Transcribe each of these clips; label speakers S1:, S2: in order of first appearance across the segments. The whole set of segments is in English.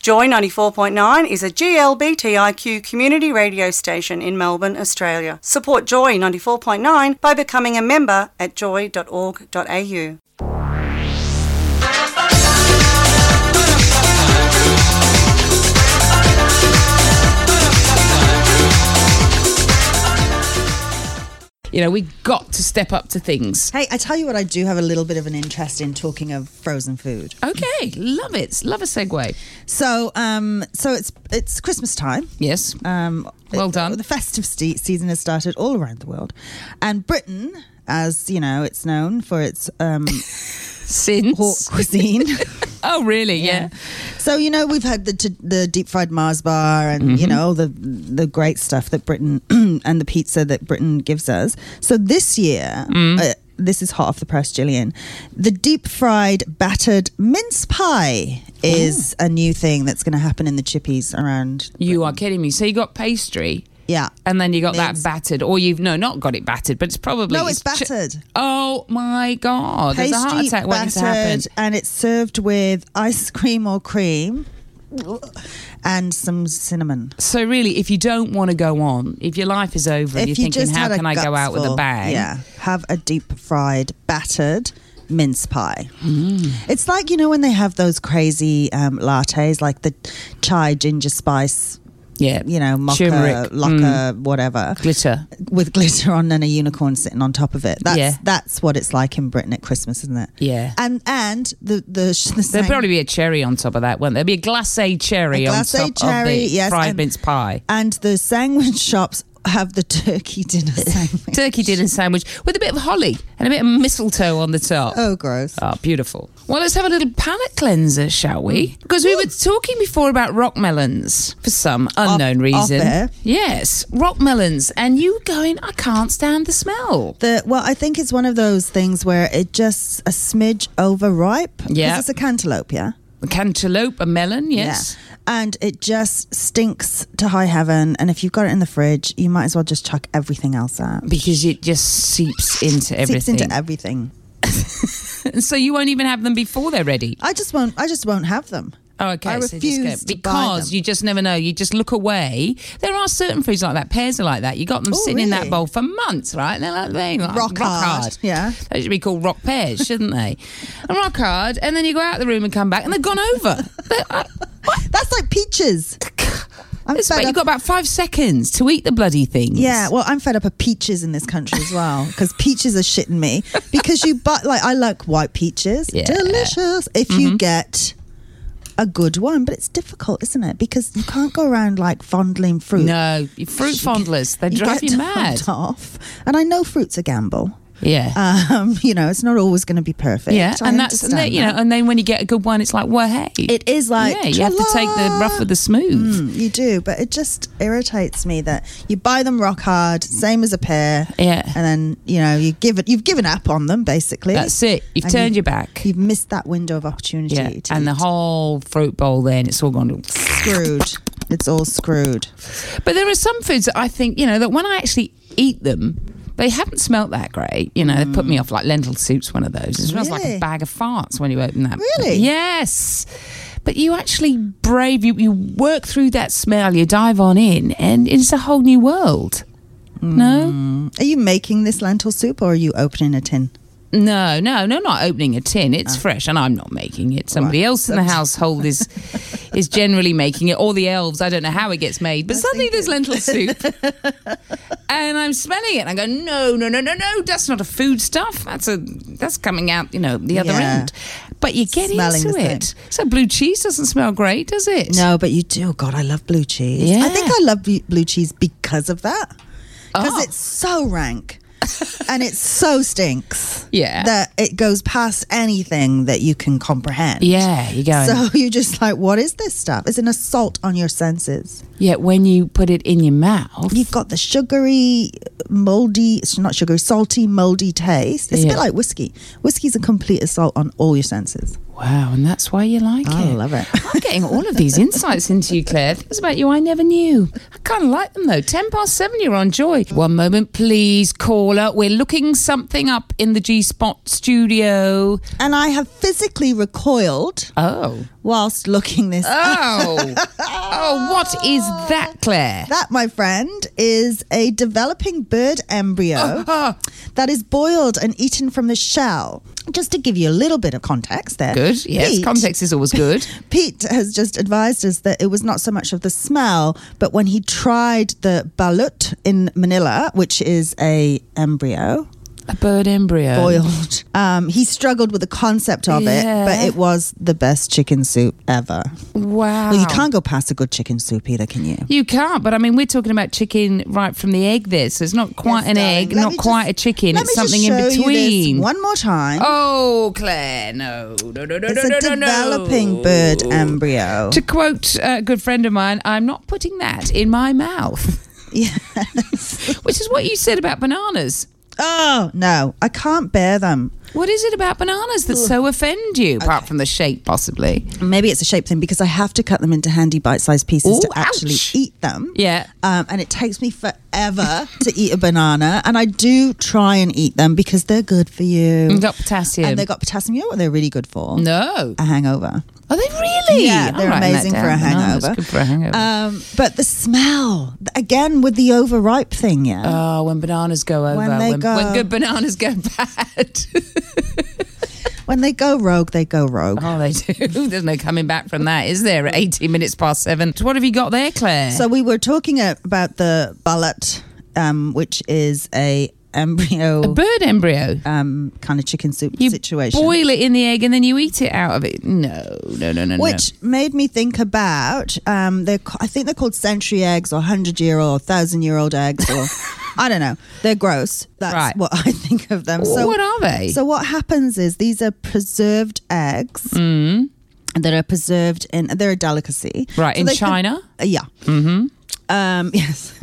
S1: Joy 94.9 is a GLBTIQ community radio station in Melbourne, Australia. Support Joy 94.9 by becoming a member at joy.org.au.
S2: You know, we got to step up to things.
S3: Hey, I tell you what, I do have a little bit of an interest in talking of frozen food.
S2: Okay, love it. Love a segue.
S3: So, um, so it's it's Christmas time.
S2: Yes.
S3: Um,
S2: Well
S3: it-
S2: done.
S3: The festive ste season has started all around the world, and Britain, as you know, it's known for its um,
S2: Since.
S3: pork cuisine.
S2: Oh, really? Yeah.
S3: so you know we've had the t- the deep fried Mars bar, and
S2: Mm-hmm.
S3: you know all the the great stuff that Britain and the pizza that Britain gives us. So this year.
S2: Mm.
S3: Uh, this is hot off the press, Gillian. The deep fried battered mince pie is
S2: Oh.
S3: a new thing that's going to happen in the chippies around.
S2: You are kidding me. So you got pastry.
S3: Yeah.
S2: And then you got
S3: Mince.
S2: that battered, or you've no, not got it battered, but it's probably
S3: No, it's
S2: chi-
S3: battered.
S2: oh my god! There's a heart
S3: pastry
S2: attack waiting to happen.
S3: battered and it's served with ice cream or cream and some cinnamon.
S2: So really, if you don't want to go on, if your life is over, and you're
S3: if you
S2: thinking,
S3: just
S2: how
S3: had a
S2: can I go out with a
S3: gutsful,
S2: bang?
S3: Yeah, have a deep fried battered mince pie.
S2: Mm.
S3: It's like you know when they have those crazy um, lattes, like the chai ginger spice,
S2: yeah,
S3: you know, mocha,
S2: Turmeric. mm,
S3: locker, whatever.
S2: glitter.
S3: with glitter on and a unicorn sitting on top of it. That's
S2: Yeah.
S3: that's what it's like in Britain at Christmas, isn't it?
S2: Yeah.
S3: And and the the, sh- the
S2: There'd
S3: same
S2: probably be a cherry on top of that, won't there? There'd be a glacé cherry
S3: A
S2: on
S3: glacé
S2: top of the
S3: cherry, yes,
S2: fried
S3: and-
S2: mince pie.
S3: and the sandwich shops have the turkey dinner sandwich.
S2: Turkey dinner sandwich with a bit of holly and a bit of mistletoe on the top.
S3: Oh, gross.
S2: Ah, beautiful. Well, let's have a little palate cleanser, shall we?
S3: Mm.
S2: Because we were talking before about rock melons for some unknown
S3: off
S2: reason.
S3: air.
S2: Yes, rock melons. And you were going, I can't stand the smell.
S3: The, well, I think it's one of those things where it just a smidge overripe. 'Cause
S2: Yeah.
S3: it's a cantaloupe, yeah.
S2: Cantaloupe, a melon, yes.
S3: Yeah. And it just stinks to high heaven. And if you've got it in the fridge, you might as well just chuck everything else out.
S2: Because it just seeps into everything.
S3: Seeps into everything.
S2: so you won't even have them before they're ready.
S3: I just won't. I just won't have them.
S2: Oh, okay.
S3: I
S2: so just
S3: refuse
S2: go-
S3: to buy
S2: because
S3: them.
S2: you just never know. You just look away. There are certain foods like that. Pears are like that. You got them
S3: Oh,
S2: sitting in that
S3: really?
S2: bowl for months, right? And they're like they like,
S3: Rock hard, yeah.
S2: They should be called rock pears, shouldn't they? And rock hard, and then you go out of the room and come back, and they've gone over. They're- I-
S3: That's like peaches. I'm
S2: It's
S3: fed
S2: about, you've
S3: up-
S2: got about five seconds to eat the bloody things.
S3: Yeah, well, I'm fed up of peaches in this country as well because peaches are shitting me. Because you buy, like, I like white peaches.
S2: Yeah. Mm-hmm.
S3: Delicious. If you get a good one, but it's difficult, isn't it? Because you can't go around like fondling fruit.
S2: No, you fruit fondlers, they drive
S3: get
S2: you mad.
S3: topped off. And I know fruit's a gamble.
S2: Yeah.
S3: Um, you know, it's not always going to be perfect.
S2: yeah,
S3: I
S2: and that's and
S3: understand
S2: then, you know,
S3: that.
S2: and then when you get a good one, it's like, well, hey,
S3: it is like
S2: yeah, you have to take the
S3: ta-la.
S2: rough with the smooth.
S3: Mm, You do, but it just irritates me that you buy them rock hard, same as a pair.
S2: Yeah.
S3: And then, you know, you give it you've given up on them basically.
S2: That's it. You've
S3: And
S2: turned your
S3: you-
S2: back.
S3: You've missed that window of opportunity
S2: Yeah,
S3: to
S2: and the
S3: eat.
S2: whole fruit bowl then it's all gone.
S3: screwed. It's all screwed.
S2: But there are some foods that I think you know that when I actually eat them, they haven't smelt that great. You know, they put me off like lentil soup's one of those. It smells like a
S3: Mm. Really?
S2: bag of farts when you open that.
S3: Really?
S2: Yes. But you actually brave you you work through that smell, you dive on in, and it's a whole new world.
S3: Mm.
S2: No,
S3: Are you making this lentil soup or are you opening a tin?
S2: no, no, no! Not opening a tin; it's fresh, and I'm not making it. Somebody
S3: Ah. Right.
S2: else in the household is is generally making it, or the elves. I don't know how it gets made, but suddenly there's lentil soup, and I'm smelling it. And I go, no, no, no, no, no! That's not a food stuff. That's a that's coming out, you know, the other
S3: Yeah.
S2: end. But you get
S3: Smelling
S2: into
S3: the same.
S2: it. So blue cheese doesn't smell great, does it?
S3: No, but you do. Oh, God, I love blue cheese.
S2: Yeah.
S3: I think I love bu- blue cheese because of that. Because
S2: Oh.
S3: it's so rank and it so stinks.
S2: Yeah.
S3: That it goes past anything that you can comprehend.
S2: Yeah, you're going.
S3: So you're just like, what is this stuff? It's an assault on your senses.
S2: Yet when you put it in your mouth,
S3: You've got the sugary, moldy, it's not sugary, salty, moldy taste. It's a
S2: Yeah.
S3: bit like whiskey. Whiskey's a complete assault on all your senses.
S2: Wow, and that's why you like
S3: I
S2: it.
S3: love it.
S2: I'm getting all of these insights into you, Claire. Things about you I never knew. I kind of like them though. Ten past seven, you're on Joy. One moment, please, caller. We're looking something up in the G Spot studio.
S3: And I have physically recoiled
S2: Oh,
S3: whilst looking this
S2: oh, oh! What is that, Claire?
S3: That, my friend, is a developing bird embryo
S2: Uh-huh.
S3: that is boiled and eaten from the shell. Just to give you a little bit of context there.
S2: Good. Yes,
S3: Pete-
S2: context is always good.
S3: Pete has just advised us that it was not so much of the smell, but when he tried the balut in Manila, which is a embryo
S2: A bird embryo.
S3: boiled, um, he struggled with the concept of
S2: Yeah.
S3: it, but it was the best chicken soup ever.
S2: Wow.
S3: Well, you can't go past a good chicken soup either, can you?
S2: You can't, but I mean, we're talking about chicken right from the egg there, so it's not quite an
S3: Yes, darling.
S2: egg,
S3: Let
S2: not
S3: me
S2: quite
S3: just-
S2: a chicken.
S3: let
S2: It's
S3: me just
S2: something in
S3: show you this
S2: between.
S3: one more time.
S2: Oh, Claire, no, no, no, no,
S3: It's
S2: no, no,
S3: a
S2: no,
S3: developing
S2: no.
S3: bird embryo.
S2: To quote a good friend of mine, I'm not putting that in my mouth,
S3: Yes.
S2: which is what you said about bananas.
S3: oh no, I can't bear them.
S2: What is it about bananas that so offend you, apart from the shape, possibly?
S3: Maybe it's a shape thing because I have to cut them into handy bite-sized pieces
S2: Ooh,
S3: to actually
S2: ouch.
S3: eat them.
S2: Yeah.
S3: Um, and it takes me forever to eat a banana, and I do try and eat them because they're good for you.
S2: And got potassium.
S3: Mm. And they got potassium. You know what they're really good for?
S2: no.
S3: A hangover.
S2: Are they really?
S3: Yeah,
S2: I'm
S3: they're
S2: writing that
S3: amazing for a
S2: down. Bananas,
S3: hangover.
S2: Good for a hangover.
S3: Um, but the smell again with the overripe thing. Yeah.
S2: Oh, when bananas go over,
S3: When they go-
S2: when good bananas go bad.
S3: when they go rogue, they go rogue.
S2: oh, they do. There's no coming back from that, is there? At 18 minutes past seven. What have you got there, Claire?
S3: So we were talking a- about the bullet, um, which is a
S2: a
S3: embryo
S2: bird embryo.
S3: um, kind of chicken soup
S2: You
S3: situation.
S2: boil it in the egg and then you eat it out of it. No, no, no, no,
S3: which made me think about um, they're ca- I think they're called century eggs or hundred year old, thousand year old eggs, or I don't know. They're gross. That's
S2: Right.
S3: what I think of them.
S2: no.
S3: So
S2: what are they?
S3: So what happens is these are preserved eggs that are preserved in they're a delicacy.
S2: Mm. right,
S3: So
S2: in
S3: they could-
S2: China?
S3: Uh, yeah. Mm-hmm. Um, yes.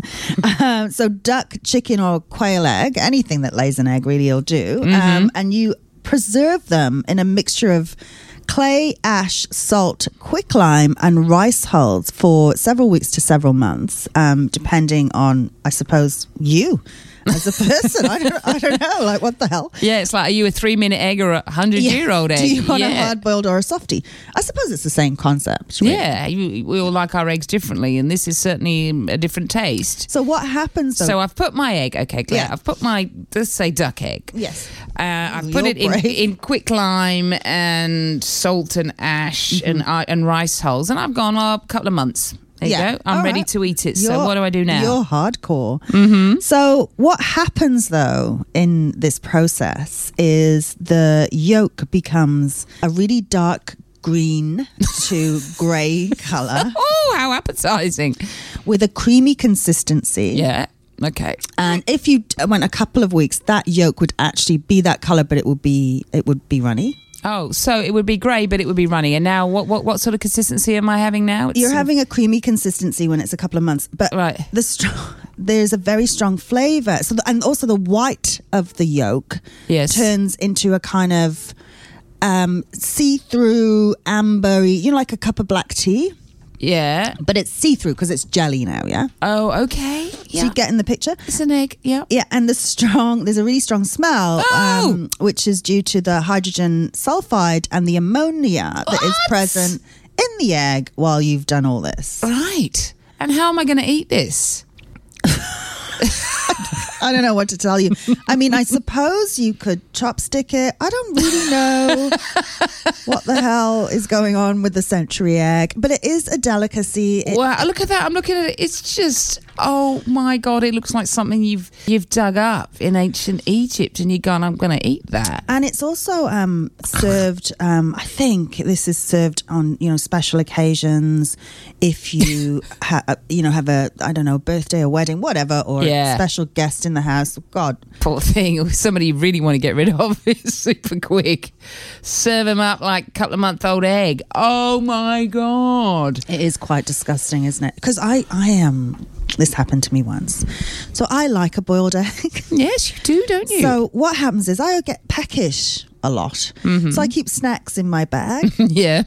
S3: um, so duck, chicken, or quail egg, anything that lays an egg really will do.
S2: Mm-hmm.
S3: Um, and you preserve them in a mixture of clay, ash, salt, quicklime, and rice hulls for several weeks to several months, um, depending on, I suppose, you as a person. I, don't, I don't know. Like, what the hell?
S2: yeah, it's like, are you a three minute egg or a 100
S3: Yeah.
S2: year old egg?
S3: Do you want
S2: yeah.
S3: a hard boiled or a softy? I suppose it's the same concept. really.
S2: yeah, you, we all like our eggs differently, and this is certainly a different taste.
S3: So what happens? Though,
S2: So I've put my egg, okay, Claire,
S3: Yeah.
S2: I've put my, let's say duck egg.
S3: yes.
S2: Uh, I've
S3: Ooh,
S2: put
S3: you're
S2: it in,
S3: brave.
S2: in quick lime and salt and ash
S3: Mm-hmm.
S2: and I and rice hulls, and I've gone oh, a couple of months. There
S3: Yeah.
S2: you go. I'm
S3: All
S2: ready
S3: right.
S2: to eat it. so
S3: You're-
S2: what do I do now?
S3: You're hardcore. Mm-hmm. So what happens though in this process is the yolk becomes a really dark green to grey color
S2: Oh, how appetizing!
S3: with a creamy consistency.
S2: Yeah. Okay.
S3: And if you d- went a couple of weeks, that yolk would actually be that color, but it would be it would be runny.
S2: Oh, so it would be grey, but it would be runny. And now, what what, what sort of consistency am I having now? It's
S3: You're
S2: sort of-
S3: having a creamy consistency when it's a couple of months, but
S2: Right.
S3: the strong there's a very strong flavor. So the, and also the white of the yolk
S2: Yes.
S3: turns into a kind of um, see-through ambery, you know, like a cup of black tea,
S2: yeah.
S3: but it's see-through because it's jelly now. Yeah,
S2: Oh, okay. Yeah.
S3: so you get in the picture.
S2: it's an egg. Yeah.
S3: Yeah, and the strong there's a really strong smell,
S2: Oh!
S3: um, which is due to the hydrogen sulfide and the ammonia that is
S2: What?
S3: present in the egg while you've done all this.
S2: Right. And how am I going to eat this?
S3: I don't know what to tell you. I mean, I suppose you could chopstick it. I don't really know what the hell is going on with the century egg, but it is a delicacy. It-
S2: Wow, look at that. I'm looking at it. It's just oh my god, it looks like something you've you've dug up in ancient Egypt and you've gone, I'm gonna eat that.
S3: and it's also um, served. Um, I think this is served on you know special occasions. If you ha- you know have a I don't know birthday or wedding, whatever, or
S2: Yeah.
S3: a special guest in the house. God,
S2: Poor thing. Somebody you really want to get rid of is super quick. Serve him up like a couple of month old egg. Oh my god.
S3: It is quite disgusting, isn't it? Because I, I am. This happened to me once. So I like a boiled egg.
S2: Yes, you do, don't you?
S3: So what happens is I get peckish a lot. So I keep snacks in my bag.
S2: yeah.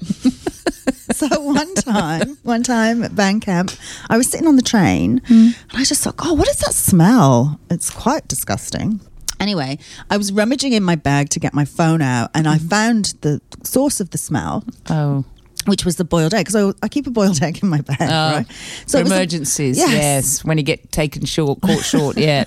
S3: so one time, one time at Van Camp, I was sitting on the train and I just thought, God, what is that smell? It's quite disgusting. Anyway, I was rummaging in my bag to get my phone out and I found the source of the smell,
S2: Oh.
S3: which was the boiled egg. Because I, I keep a boiled egg in my bag, right?
S2: So
S3: it was a-
S2: emergencies,
S3: Yes.
S2: yes. When you get taken short, caught short, yeah.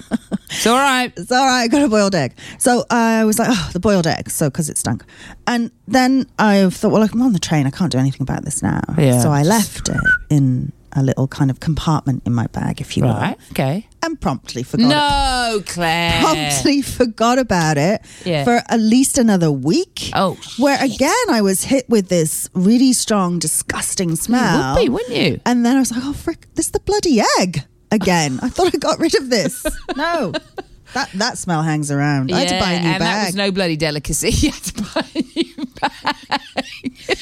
S2: It's all right.
S3: it's all right. I got a boiled egg. So I was like, oh, the boiled egg. So because it stunk, and then I thought, well, I'm on the train. I can't do anything about this now.
S2: Yeah.
S3: So I left it in a little kind of compartment in my bag, if you
S2: Right.
S3: will,
S2: Okay.
S3: and promptly forgot.
S2: No, Claire.
S3: Promptly forgot about it
S2: Yeah.
S3: for at least another week.
S2: Oh,
S3: where again I was hit with this really strong, disgusting smell.
S2: would be, wouldn't you?
S3: And then I was like, oh, frick, this is the bloody egg again. I thought I got rid of this. No. That, that smell hangs around. I had to buy a new
S2: and that
S3: bag.
S2: was no bloody delicacy. You had to buy a new bag.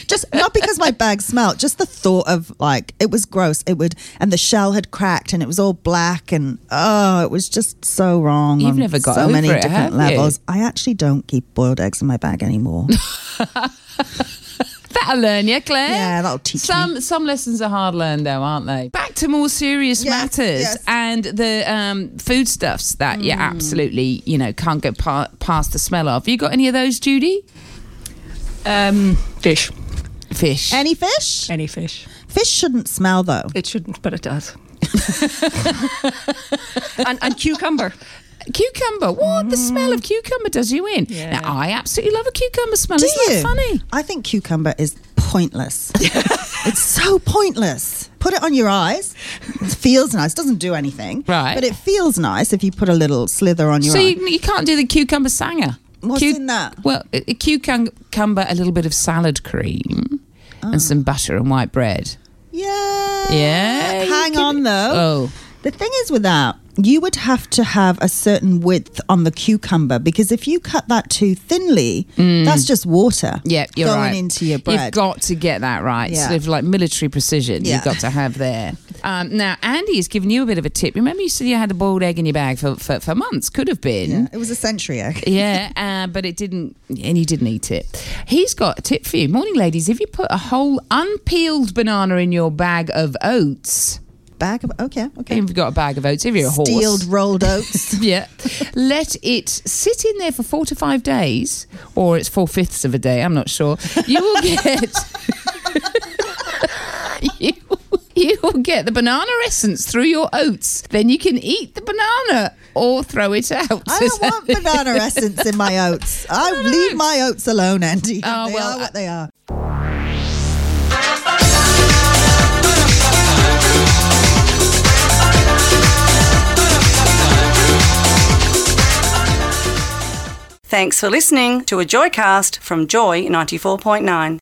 S3: just not because my bag smelled, just the thought of like it was gross. It would and the shell had cracked and it was all black and oh, it was just so wrong.
S2: You've
S3: on
S2: never got
S3: so
S2: over
S3: many
S2: it, have
S3: different
S2: you?
S3: levels. I actually don't keep boiled eggs in my bag anymore.
S2: That'll learn you, Claire.
S3: Yeah, that'll teach me.
S2: some, Some lessons are hard learned, though, aren't they? Back to more serious
S3: Yes,
S2: matters
S3: yes.
S2: and the um, foodstuffs that you absolutely, you know, can't get pa- past the smell of. You got any of those, Judy?
S4: Um, fish.
S2: Fish.
S3: Any fish?
S4: Any fish.
S3: Fish shouldn't smell though.
S4: It shouldn't, but it does. and, and cucumber.
S2: cucumber. What the smell of cucumber does you in?
S4: Yeah.
S2: Now I absolutely love a cucumber smell.
S3: Do
S2: Isn't
S3: you?
S2: that funny?
S3: I think cucumber is pointless. it's so pointless. Put it on your eyes. It feels nice. Doesn't do anything.
S2: Right.
S3: But it feels nice if you put a little slither on your
S2: so
S3: eye.
S2: you, you can't do the cucumber sanger.
S3: What's in that?
S2: Well, a a cucumber, a little bit of salad cream,
S3: Oh.
S2: and some butter and white bread.
S3: yeah.
S2: Yeah, you
S3: Hang
S2: could-
S3: on though.
S2: Oh,
S3: The thing is with that, you would have to have a certain width on the cucumber because if you cut that too thinly, that's just water.
S2: Mm. yeah, you're
S3: going
S2: right.
S3: into your bread.
S2: You've got to get that right.
S3: Yeah.
S2: Sort of like military precision.
S3: Yeah.
S2: You've got to have there. Um, now, Andy has given you a bit of a tip. Remember, you said you had a boiled egg in your bag for for, for months. Could have been.
S3: yeah, it was a century egg.
S2: yeah, uh, but it didn't, and you didn't eat it. He's got a tip for you. Morning, ladies. If you put a whole unpeeled banana in your bag of oats,
S3: Bag of okay,
S2: if
S3: okay.
S2: you've got a bag of oats, if you're a horse,
S3: Steeled rolled oats.
S2: yeah, let it sit in there for four to five days, or it's four fifths of a day. I'm not sure. You will get. You, you will get the banana essence through your oats. Then you can eat the banana or throw it out.
S3: I don't want banana essence in my oats. I leave my oats alone, Andy.
S2: Oh,
S3: they
S2: well,
S3: are what they are.
S1: Thanks for listening to a Joycast from Joy 94.9.